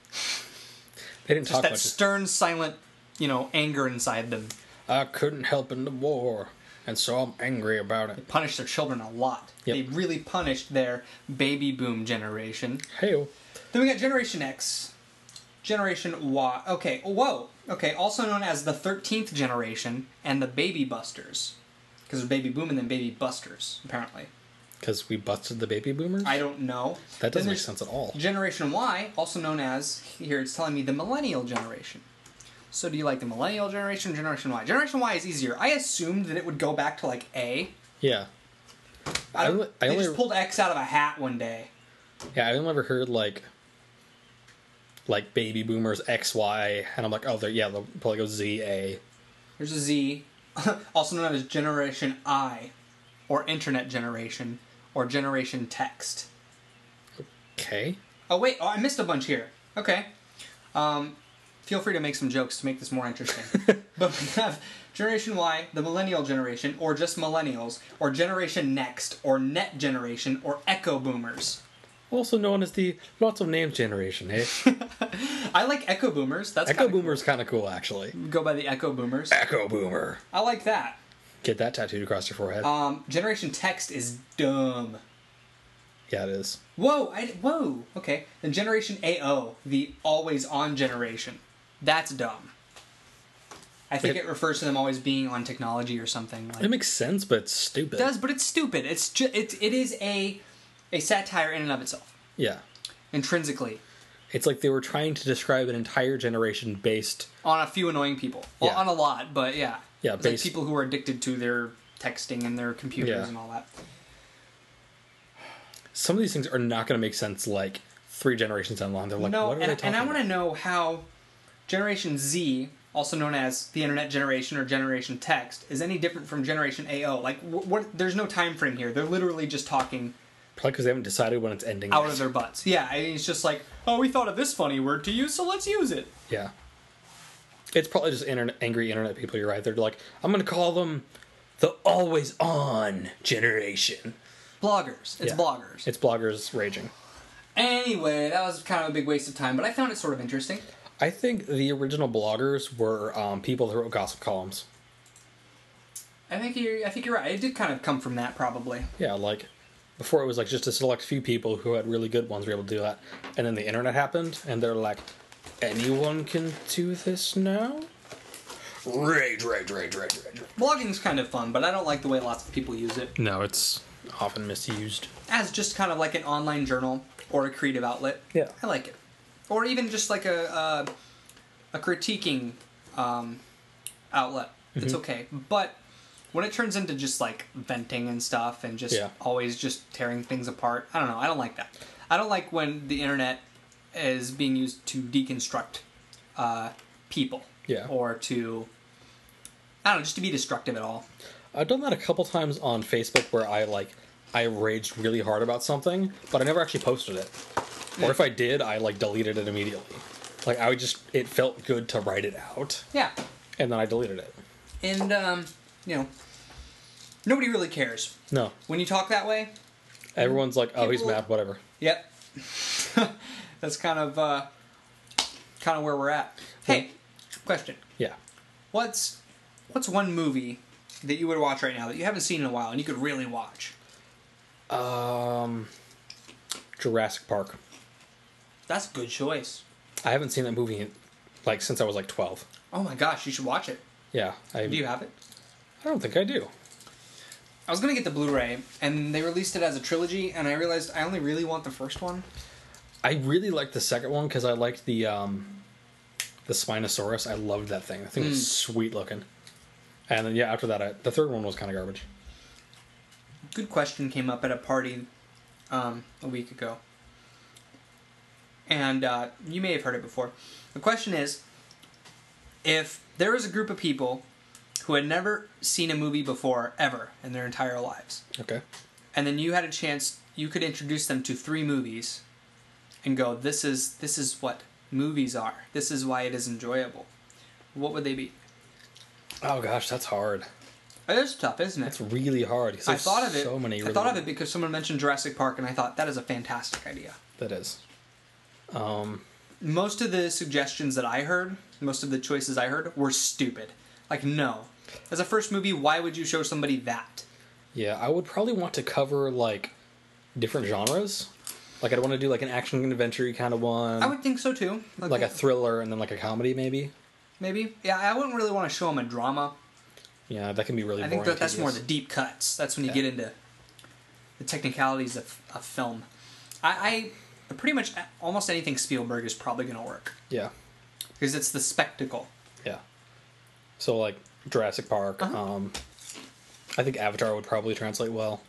S3: They didn't
S2: Just
S3: talk
S2: that
S3: about this.
S2: stern, silent, you know, anger inside them.
S3: I couldn't help in the war, and so I'm angry about it.
S2: Punished their children a lot.
S3: Yep.
S2: They really punished their baby boom generation.
S3: Hey.
S2: Then we got Generation X, Generation Y. Okay, whoa. Okay, also known as the 13th generation and the Baby Busters. Because there's Baby Boom and then Baby Busters, apparently.
S3: Because we busted the baby boomers?
S2: I don't know. Then
S3: that doesn't make
S2: there's
S3: sense at all.
S2: Generation Y, also known as, here it's telling me the Millennial generation. So do you like the Millennial generation or Generation Y? Generation Y is easier. I assumed that it would go back to like A.
S3: Yeah. I only, I
S2: They
S3: only
S2: just pulled X out of a hat one day.
S3: yeah, I only ever heard like like baby boomers X Y, and I'm like, oh, they're yeah, they'll probably go Z A.
S2: There's a Z, also known as Generation I, or Internet Generation, or Generation Text.
S3: Okay.
S2: Oh, wait, oh, I missed a bunch here. Okay. Um, feel free to make some jokes to make this more interesting. but we have Generation Y, the Millennial Generation, or just Millennials, or Generation Next, or Net Generation, or Echo Boomers.
S3: Also known as the lots of names generation. Hey,
S2: I like Echo Boomers. That's
S3: Echo
S2: kinda cool.
S3: Boomer's kind of cool actually.
S2: Go by the Echo Boomers.
S3: Echo Boomer.
S2: I like that.
S3: Get that tattooed across your forehead.
S2: Um, Generation Text is dumb.
S3: yeah, it is.
S2: Whoa, I, whoa, okay. The Generation AO, the always on generation. That's dumb. I think
S3: It-
S2: it, refers to them always being on technology or something. Like,
S3: It makes sense, but it's stupid.
S2: it does, but it's stupid. It's ju- it's it is a a satire in and of itself,
S3: yeah.
S2: intrinsically,
S3: It's like they were trying to describe an entire generation based.
S2: on a few annoying people. Well,
S3: Yeah.
S2: on a lot, but yeah.
S3: Yeah,
S2: It's like
S3: based-
S2: people who are addicted to their texting and their computers
S3: Yeah.
S2: and all that.
S3: Some of these things are not going to make sense like three generations down the line. They're like,
S2: no,
S3: what are
S2: and,
S3: they talking
S2: and I want
S3: about?
S2: to know how Generation Z, also known as the Internet Generation or Generation Text, is any different from Generation AO. Like, wh- what? There's no time frame here. They're literally just talking
S3: Probably because they haven't decided when it's ending.
S2: out
S3: yet.
S2: of their butts. Yeah, I mean, it's just like, oh, we thought of this funny word to use, so let's use it.
S3: Yeah. It's probably just internet, angry internet people. You're right. They're like, I'm going to call them the always on generation.
S2: Bloggers. It's
S3: Yeah.
S2: bloggers.
S3: It's bloggers raging.
S2: Anyway, that was kind of a big waste of time, but I found it sort of interesting.
S3: I think the original bloggers were um, people that wrote gossip columns.
S2: I think you. I think you're right. It did kind of come from that, probably.
S3: Yeah, like before it was like just a select few people who had really good ones were able to do that. And then the internet happened and they're like, anyone can do this now? Rage, rage, rage, rage, rage, rage.
S2: Blogging's kind of fun, but I don't like the way lots of people use it.
S3: No, it's often misused.
S2: as just kind of like an online journal or a creative outlet.
S3: Yeah.
S2: I like it. Or even just like a a, a critiquing um, outlet.
S3: Mm-hmm.
S2: It's okay, but when it turns into just like venting and stuff and just
S3: Yeah.
S2: always just tearing things apart, I don't know. I don't like that. I don't like when the internet is being used to deconstruct uh, people.
S3: Yeah.
S2: Or to I don't know, just to be destructive at all.
S3: I've done that a couple times on Facebook where I like I raged really hard about something, but I never actually posted it. Or if I did, I like deleted it immediately. Like I would just it felt good to write it out,
S2: Yeah.
S3: and then I deleted it.
S2: and um, you know, nobody really cares
S3: No,
S2: when you talk that way.
S3: everyone's like, "Oh, he's
S2: People-
S3: mad, whatever."
S2: Yep, that's kind of uh, kind of where we're at. Hey, question:
S3: Yeah.
S2: What's what's one movie that you would watch right now that you haven't seen in a while and you could really watch?
S3: Um Jurassic Park.
S2: That's a good choice.
S3: I haven't seen that movie in, like since I was like 12.
S2: Oh my gosh, you should watch it.
S3: Yeah. I
S2: Do you have it?
S3: I don't think I do.
S2: I was gonna get the Blu-ray, and they released it as a trilogy, and I realized I only really want the first one.
S3: I really liked the second one because I liked the um, the Spinosaurus. I loved that thing. The thing was
S2: Mm.
S3: sweet looking. And then yeah, after that, I, the third one was kind of garbage.
S2: Good question came up at a party um, a week ago, and uh, you may have heard it before. The question is, if there was a group of people who had never seen a movie before ever in their entire lives,
S3: Okay.
S2: and then you had a chance you could introduce them to three movies and go this is this is what movies are this is why it is enjoyable what would they be
S3: Oh gosh, that's hard.
S2: it is tough isn't it
S3: It's really hard. 'cause
S2: i
S3: there's
S2: thought of it
S3: So many.
S2: i
S3: really
S2: thought of it because someone mentioned jurassic park and i thought that is a fantastic idea
S3: That is.
S2: most of the suggestions that i heard most of the choices i heard were stupid like no as a first movie why would you show somebody that
S3: Yeah, I would probably want to cover like different genres. Like I'd want to do like an action adventure kind of one,
S2: i would think so too
S3: like a thriller, and then like a comedy maybe.
S2: maybe yeah i wouldn't really want to show them a drama
S3: Yeah, that can be really.
S2: I
S3: boring
S2: think that that's
S3: tedious.
S2: more the deep cuts. That's when you get into the technicalities of, of film. I, I pretty much almost anything Spielberg is probably going to work
S3: Yeah,
S2: because it's the spectacle.
S3: yeah. So like Jurassic Park.
S2: Uh-huh.
S3: Um, I think Avatar would probably translate well.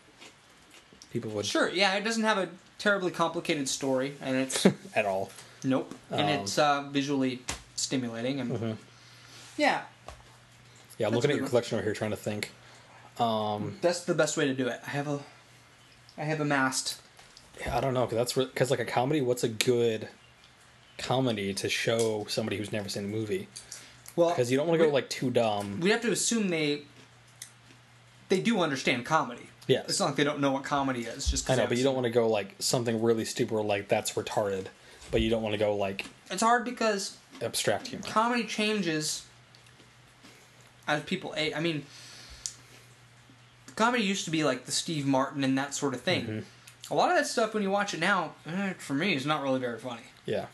S3: People would
S2: Sure, yeah, it doesn't have a terribly complicated story, and it's
S3: at all.
S2: nope, and
S3: Um,
S2: it's uh, visually stimulating, and
S3: Mm-hmm.
S2: yeah,
S3: Yeah, I'm
S2: That's
S3: looking
S2: a
S3: at
S2: good
S3: your
S2: one.
S3: collection over here trying to think.
S2: that's the best way to do it. I have a, I have amassed.
S3: Yeah, I don't know because that's because like a comedy. What's a good comedy to show somebody who's never seen the movie?
S2: Well,
S3: Because you don't want to go
S2: we-
S3: like too dumb.
S2: we have to assume they they do understand comedy.
S3: Yes.
S2: it's not like they don't know what comedy is. Just 'cause
S3: I know,
S2: they
S3: but you
S2: haven't
S3: don't want to go like something really stupid or like that's retarded, but you don't want to go like
S2: It's hard because
S3: abstract humor.
S2: comedy changes as people age. I mean, comedy used to be like the Steve Martin and that sort of thing. A lot of that stuff, when you watch it now, eh, for me, is not really very funny.
S3: Yeah,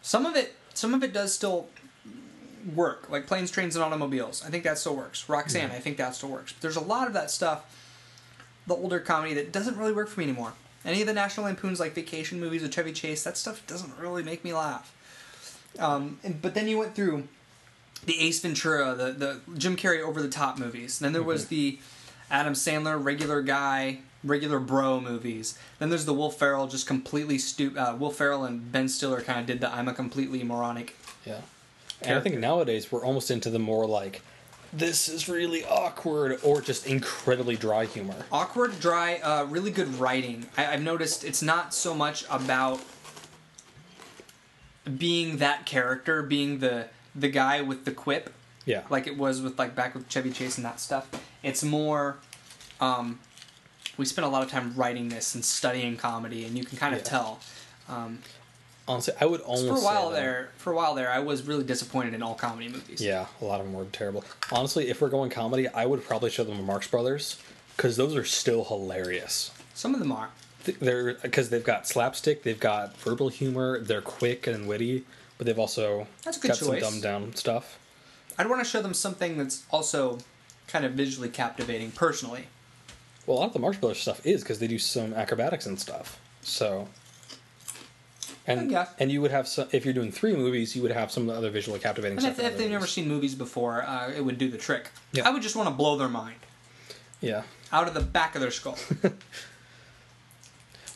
S2: Some of it, some of it does still work, like planes, trains, and automobiles. I think that still works. Roxanne, I think that still works. But there's a lot of that stuff, the older comedy that doesn't really work for me anymore. Any of the National Lampoons like vacation movies with Chevy Chase, that stuff doesn't really make me laugh. Um, and, but then you went through the Ace Ventura, the the Jim Carrey over the top movies. Then there was the Adam Sandler regular guy, regular bro movies. Then there's the Will Ferrell just completely stupid. Uh, Will Ferrell and Ben Stiller kind of did the I'm a completely moronic.
S3: yeah. And I think nowadays we're almost into the more like this is really awkward or just incredibly dry humor.
S2: Awkward, dry, uh, really good writing. I, I've noticed it's not so much about being that character, being the the guy with the quip.
S3: Yeah,
S2: like it was with like back with Chevy Chase and that stuff. It's more, um, we spent a lot of time writing this and studying comedy, and you can kind of
S3: Yeah.
S2: tell.
S3: honestly, I would almost
S2: For a
S3: say
S2: while
S3: that-
S2: there, for a while there, I was really disappointed in all comedy movies.
S3: Yeah, a lot of them were terrible. Honestly, if we're going comedy, I would probably show them the Marx Brothers because those are still hilarious.
S2: some of them are.
S3: Th- They're because they've got slapstick, they've got verbal humor, they're quick and witty, but they've also
S2: That's a good
S3: got some
S2: choice.
S3: dumbed down stuff.
S2: I'd want to show them something that's also kind of visually captivating, personally.
S3: Well, a lot of the Marx Brothers stuff is because they do some acrobatics and stuff. So, and
S2: Oh, Yeah.
S3: and you would have some if you're doing three movies, you would have some of the other visually captivating
S2: And
S3: stuff.
S2: if,
S3: in
S2: if
S3: other
S2: they've never
S3: movies.
S2: seen movies before, uh, it would do the trick.
S3: Yeah.
S2: I would just want to blow their mind
S3: yeah,
S2: out of the back of their skull.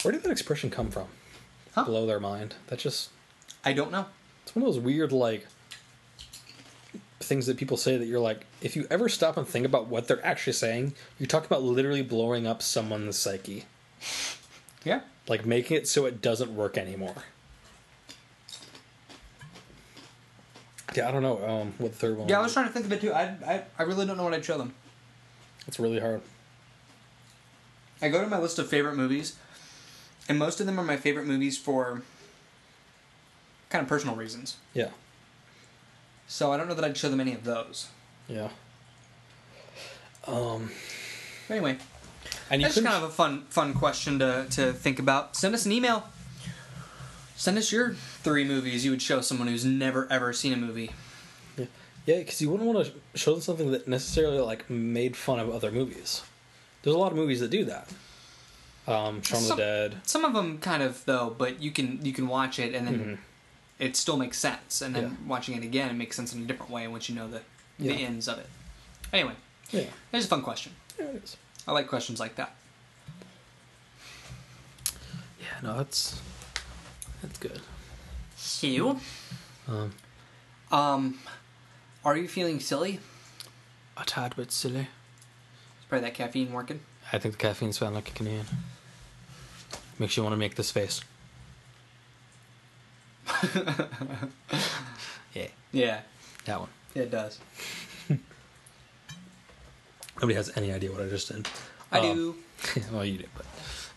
S3: where did that expression come from?
S2: Huh?
S3: Blow their mind. That just
S2: I don't know.
S3: it's one of those weird like things that people say that you're like if you ever stop and think about what they're actually saying you're talking about literally blowing up someone's psyche
S2: Yeah.
S3: like making it so it doesn't work anymore yeah i don't know um what the third one
S2: Yeah, I was trying to think of it too. I, I, I really don't know what I'd show them.
S3: it's really hard
S2: I go to my list of favorite movies, and most of them are my favorite movies for kind of personal reasons.
S3: yeah
S2: So I don't know that I'd show them any of those.
S3: yeah
S2: But anyway,
S3: and you
S2: that's
S3: could
S2: just kind of a fun fun question to, to think about. Send us an email. Send us your three movies you would show someone who's never ever seen a movie.
S3: yeah because you wouldn't want to show them something that necessarily like made fun of other movies There's a lot of movies that do that. Um, Shaun of the
S2: Some-
S3: Dead.
S2: Some of them kind of though, but you can you can watch it and then it still makes sense. And then
S3: Mm-hmm. Yeah.
S2: watching it again, it makes sense in a different way once you know the
S3: Yeah.
S2: the ends of it. Anyway,
S3: Yeah,
S2: there's a fun question.
S3: there it is.
S2: I like questions like that.
S3: Yeah, no, that's that's good.
S2: So,
S3: Um,
S2: um, are you feeling silly?
S3: a tad bit silly.
S2: It's probably that caffeine working.
S3: I think the caffeine's found like a Canadian. Makes you want to make this face. yeah,
S2: Yeah,
S3: that one.
S2: it does.
S3: Nobody has any idea what I just did.
S2: I
S3: Um,
S2: do.
S3: well, you do, but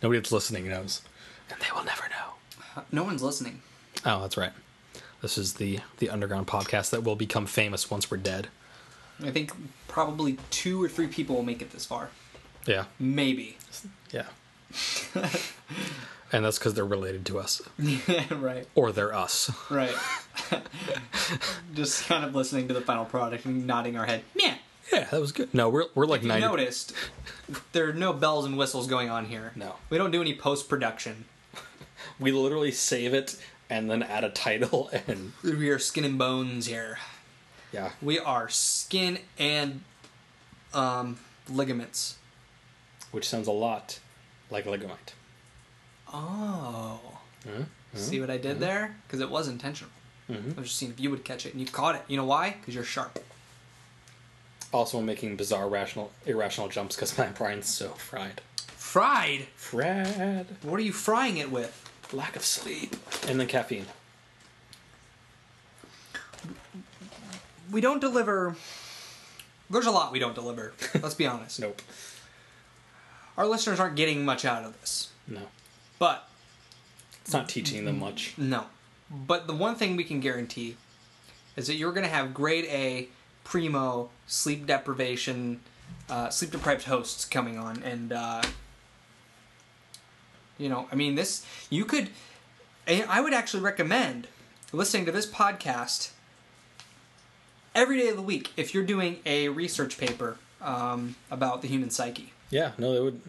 S3: nobody that's listening knows, and they will never know.
S2: No one's listening.
S3: Oh, that's right. This is the the underground podcast that will become famous once we're dead.
S2: I think probably two or three people will make it this far.
S3: Yeah,
S2: Maybe.
S3: yeah. and that's because they're related to us,
S2: yeah, right.
S3: or they're us.
S2: Right. Just kind of listening to the final product and nodding our head. Yeah.
S3: Yeah, that was good. No, we're we're like
S2: You
S3: ninety.
S2: noticed there are no bells and whistles going on here.
S3: No.
S2: We don't do any post production.
S3: We literally save it and then add a title and
S2: We are skin and bones here.
S3: yeah,
S2: We are skin and um ligaments.
S3: which sounds a lot like Legomite.
S2: Oh. See what I did there? Because it was intentional. I was just seeing if you would catch it, and you caught it. You know why? Because you're sharp.
S3: Also, making bizarre, rational, irrational jumps because my brain's so fried.
S2: Fried.
S3: Fried.
S2: What are you frying it with?
S3: Lack of sleep. And then caffeine.
S2: we don't deliver. There's a lot we don't deliver. Let's be honest.
S3: Nope.
S2: Our listeners aren't getting much out of this,
S3: No.
S2: but
S3: It's not teaching them much.
S2: no. But the one thing we can guarantee is that you're going to have grade A, primo, sleep deprivation, uh, sleep deprived hosts coming on, and uh, you know, I mean, this you could. I I would actually recommend listening to this podcast every day of the week if you're doing a research paper um, about the human psyche.
S3: Yeah, no, they would.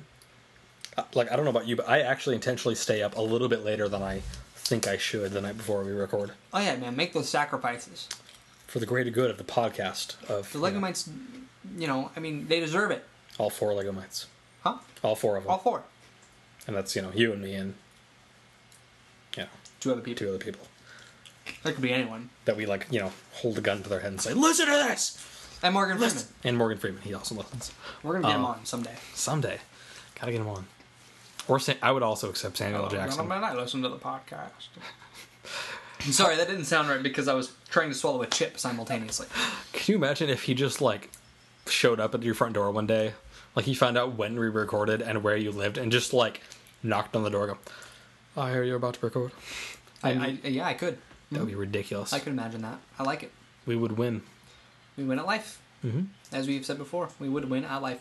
S3: uh, Like, I don't know about you, but I actually intentionally stay up a little bit later than I think I should the night before we record
S2: Oh yeah, man, make those sacrifices.
S3: for the greater good of the podcast of
S2: The
S3: you know,
S2: Legomites, you know, I mean, they deserve it,
S3: all four Legomites.
S2: huh?
S3: All four of them.
S2: All four,
S3: And that's, you know, you and me and, you know,
S2: two other people.
S3: two other people
S2: That could be anyone.
S3: that we, like, you know, hold a gun to their head and say, listen to this!
S2: And Morgan Freeman.
S3: And Morgan Freeman, he also listens.
S2: We're gonna get him
S3: Oh.
S2: on someday.
S3: Someday. Gotta get him on. Or Sa- I would also accept Samuel Jackson.
S2: Man, I listen to the podcast. Sorry, that didn't sound right because I was trying to swallow a chip simultaneously.
S3: Can you imagine if he just like showed up at your front door one day, like he found out when we recorded and where you lived, and just like knocked on the door, and go, "I hear you're about to record."
S2: I,
S3: Mm-hmm.
S2: I, yeah, I could.
S3: That would be ridiculous.
S2: I could imagine that. I like it.
S3: we would win.
S2: We win at life. Mm-hmm. As we've said before, we would win at life.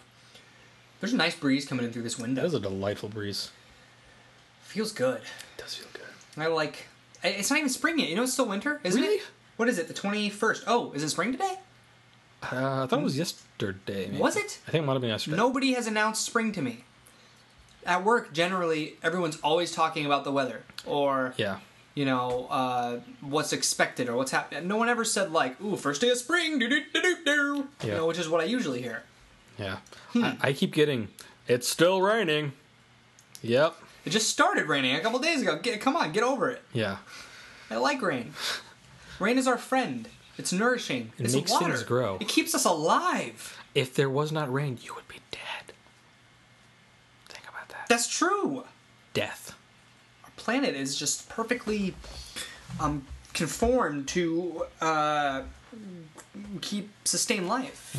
S2: There's a nice breeze coming in through this window.
S3: That is a delightful breeze.
S2: Feels good.
S3: It does feel good.
S2: I like. I- It's not even spring yet. You know, it's still winter, isn't
S3: Really?
S2: it? What is it? The twenty first. Oh, is it spring today?
S3: Uh, I thought it was yesterday. maybe.
S2: Was it?
S3: I think it might have been yesterday.
S2: Nobody has announced spring to me. At work, generally, everyone's always talking about the weather or
S3: Yeah.
S2: you know uh, what's expected or what's happening. No one ever said like, "Ooh, first day of spring," do do do do do, you
S3: Yeah.
S2: know, which is what I usually hear.
S3: Yeah.
S2: Hmm.
S3: I, I keep getting. It's still raining. Yep.
S2: It just started raining a couple days ago. Get, come on, get over it.
S3: Yeah.
S2: I like rain. Rain is our friend. It's nourishing.
S3: It
S2: it's
S3: makes
S2: water.
S3: things grow.
S2: It keeps us alive.
S3: If there was not rain, you would be dead. Think about that.
S2: That's true.
S3: Death.
S2: planet is just perfectly um, conformed to uh, keep sustain life.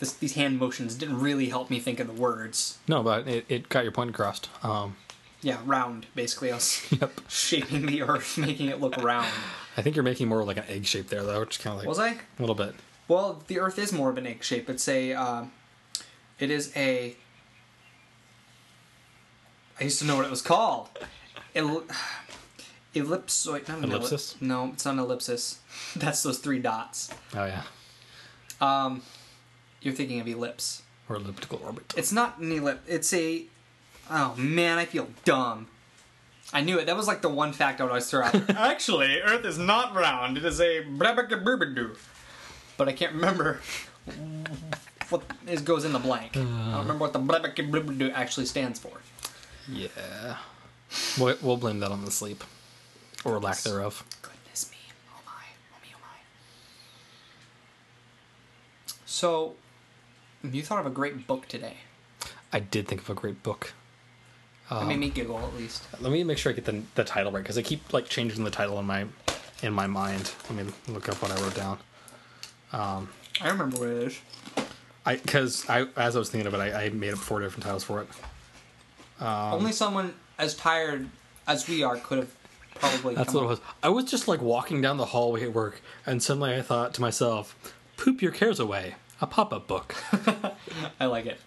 S2: This, these hand motions didn't really help me think of the words.
S3: No, but it, it got your point across. Um,
S2: Yeah, round basically. I was shaping the earth, making it look round.
S3: I think you're making more like an egg shape there, though, which is kind of like
S2: Was I?
S3: a little bit.
S2: Well, the earth is more of an egg shape. It's a. Uh, it is a. I used to know what it was called. El- ellipsoid. Not an elli-
S3: Ellipsis?
S2: no, it's not an ellipsis. That's those three dots.
S3: Oh yeah,
S2: Um, you're thinking of ellipse.
S3: or elliptical orbit.
S2: It's not an ellip. It's a. Oh man, I feel dumb. I knew it. That was like the one fact I would always throw out. Actually, Earth is not round. It is a brabakaboobadoo. But I can't remember what it goes in the blank. I don't remember what the brabakaboobadoo actually stands for.
S3: Yeah. We'll, we'll blame that on the sleep or lack thereof.
S2: Goodness me. Oh my. Oh me, oh my. So, you thought of a great book today.
S3: I did think of a great book.
S2: That made me giggle at least.
S3: Let me make sure I get the, the title right because I keep like changing the title in my in my mind. Let me look up what I wrote down.
S2: I remember what it is.
S3: I because I as I was thinking of it, I, I made up four different titles for it.
S2: Only someone as tired as we are could have probably.
S3: That's
S2: come
S3: what it
S2: up-
S3: was. I was just like walking down the hallway at work, and suddenly I thought to myself, "Poop your cares away." A pop-up book,
S2: I like it.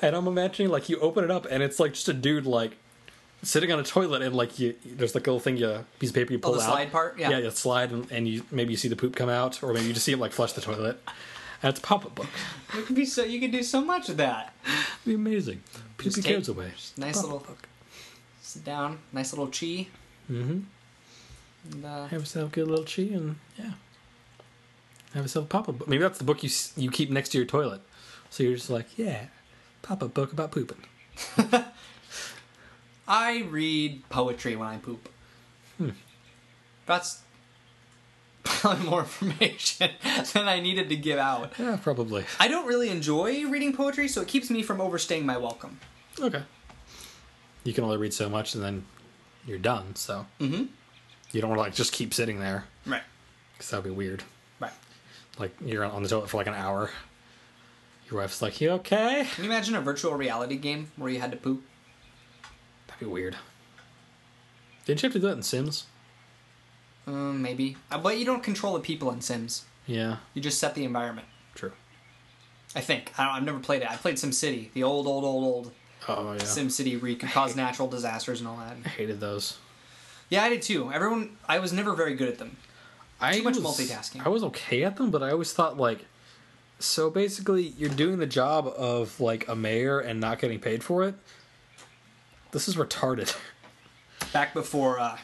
S3: and I'm imagining like you open it up, and it's like just a dude like sitting on a toilet, and like you, there's like a little thing, you piece of paper you pull
S2: Oh, the
S3: out,
S2: slide part? Yeah.
S3: yeah, you slide, and, and you maybe you see the poop come out, or maybe you just see him like flush the toilet, and it's a pop-up book.
S2: You could be so you could do so much of that.
S3: It'd be amazing. Poop
S2: Just
S3: your
S2: take-
S3: cares away.
S2: just nice
S3: Pop-up
S2: little- Sit down, nice little chi. Mm-hmm. And, uh,
S3: Have yourself a good little chi and yeah. Have yourself a pop-up book. Maybe that's the book you s- you keep next to your toilet. So you're just like, yeah, pop-up book about pooping.
S2: I read poetry when I poop.
S3: Hmm.
S2: That's probably more information than I needed to give out.
S3: Yeah, probably.
S2: I don't really enjoy reading poetry, so it keeps me from overstaying my welcome.
S3: Okay. You can only read so much and then you're done. So
S2: Mhm.
S3: you don't want to like just keep sitting there
S2: Right.
S3: because that'd be weird.
S2: Right.
S3: Like you're on the toilet for like an hour. Your wife's like, you okay?
S2: Can you imagine a virtual reality game where you had to poop?
S3: That'd be weird. Didn't you have to do that in Sims?
S2: Um, maybe. Uh, But you don't control the people in Sims.
S3: Yeah,
S2: You just set the environment.
S3: true.
S2: I think. I don't, I've never played it. I played SimCity, the old, old, old, old
S3: Oh yeah,
S2: SimCity where you could cause natural disasters and all that.
S3: I hated those.
S2: Yeah, I did too. Everyone, I was never very good at them.
S3: I
S2: much
S3: was-
S2: multitasking.
S3: I was okay at them, but I always thought like, so basically, you're doing the job of like a mayor and not getting paid for it. This is retarded.
S2: Back before uh,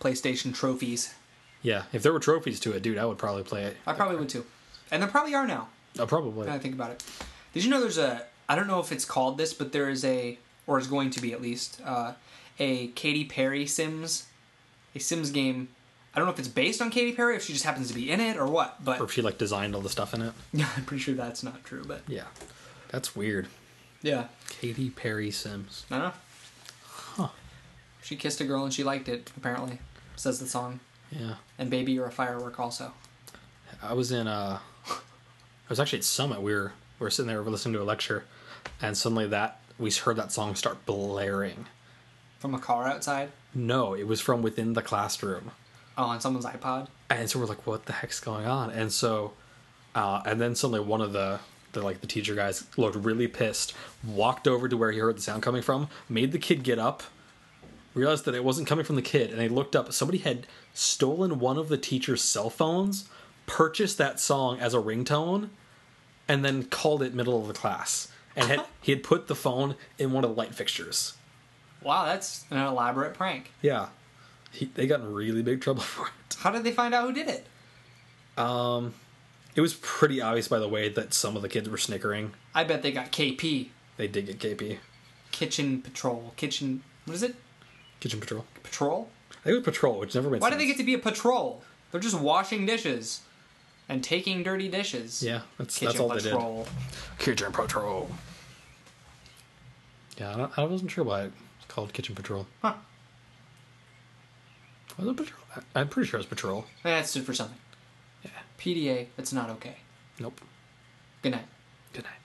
S2: PlayStation trophies,
S3: yeah, if there were trophies to it, dude, I would probably play it.
S2: I probably would too. And there probably are now.
S3: Uh, probably.
S2: Now that I think about it. Did you know there's a? I don't know if it's called this, but there is a, or is going to be at least, uh, a Katy Perry Sims, a Sims game. I don't know if it's based on Katy Perry, if she just happens to be in it, or what. But
S3: or if she like designed all the stuff in it.
S2: I'm pretty sure that's not true. But
S3: Yeah, that's weird.
S2: yeah,
S3: Katy Perry Sims.
S2: I don't know. Huh. She kissed a girl and she liked it. Apparently, says the song.
S3: Yeah,
S2: And baby, you're a firework. Also,
S3: I was in uh I was actually at Summit. We were we were sitting there we were listening to a lecture, and suddenly that we heard that song start blaring.
S2: from a car outside.
S3: No, it was from within the classroom.
S2: Oh, on someone's iPod.
S3: and so we're like what the heck's going on and so uh, and then suddenly one of the the like the teacher guys looked really pissed walked over to where he heard the sound coming from made the kid get up realized that it wasn't coming from the kid and they looked up somebody had stolen one of the teacher's cell phones purchased that song as a ringtone and then called it middle of the class and had, he had put the phone in one of the light fixtures
S2: Wow, that's an elaborate prank.
S3: yeah he, they got in really big trouble for it
S2: How did they find out who did it?
S3: It was pretty obvious by the way that some of the kids were snickering.
S2: I bet they got KP,
S3: They did get KP.
S2: Kitchen Patrol, Kitchen. What is it?
S3: Kitchen Patrol.
S2: Patrol.
S3: I think it was Patrol, which never made
S2: Why do
S3: sense.
S2: they get to be a patrol? They're just washing dishes and taking dirty dishes.
S3: Yeah, that's,
S2: Kitchen
S3: that's all
S2: Patrol.
S3: they did. Kitchen Patrol. Yeah, I, don't, I wasn't sure why it's called Kitchen Patrol.
S2: Huh.
S3: Was it Patrol? I, I'm pretty sure it's Patrol.
S2: Yeah, That stood for something.
S3: Yeah.
S2: PDA. That's not okay.
S3: Nope.
S2: Good night.
S3: Good night.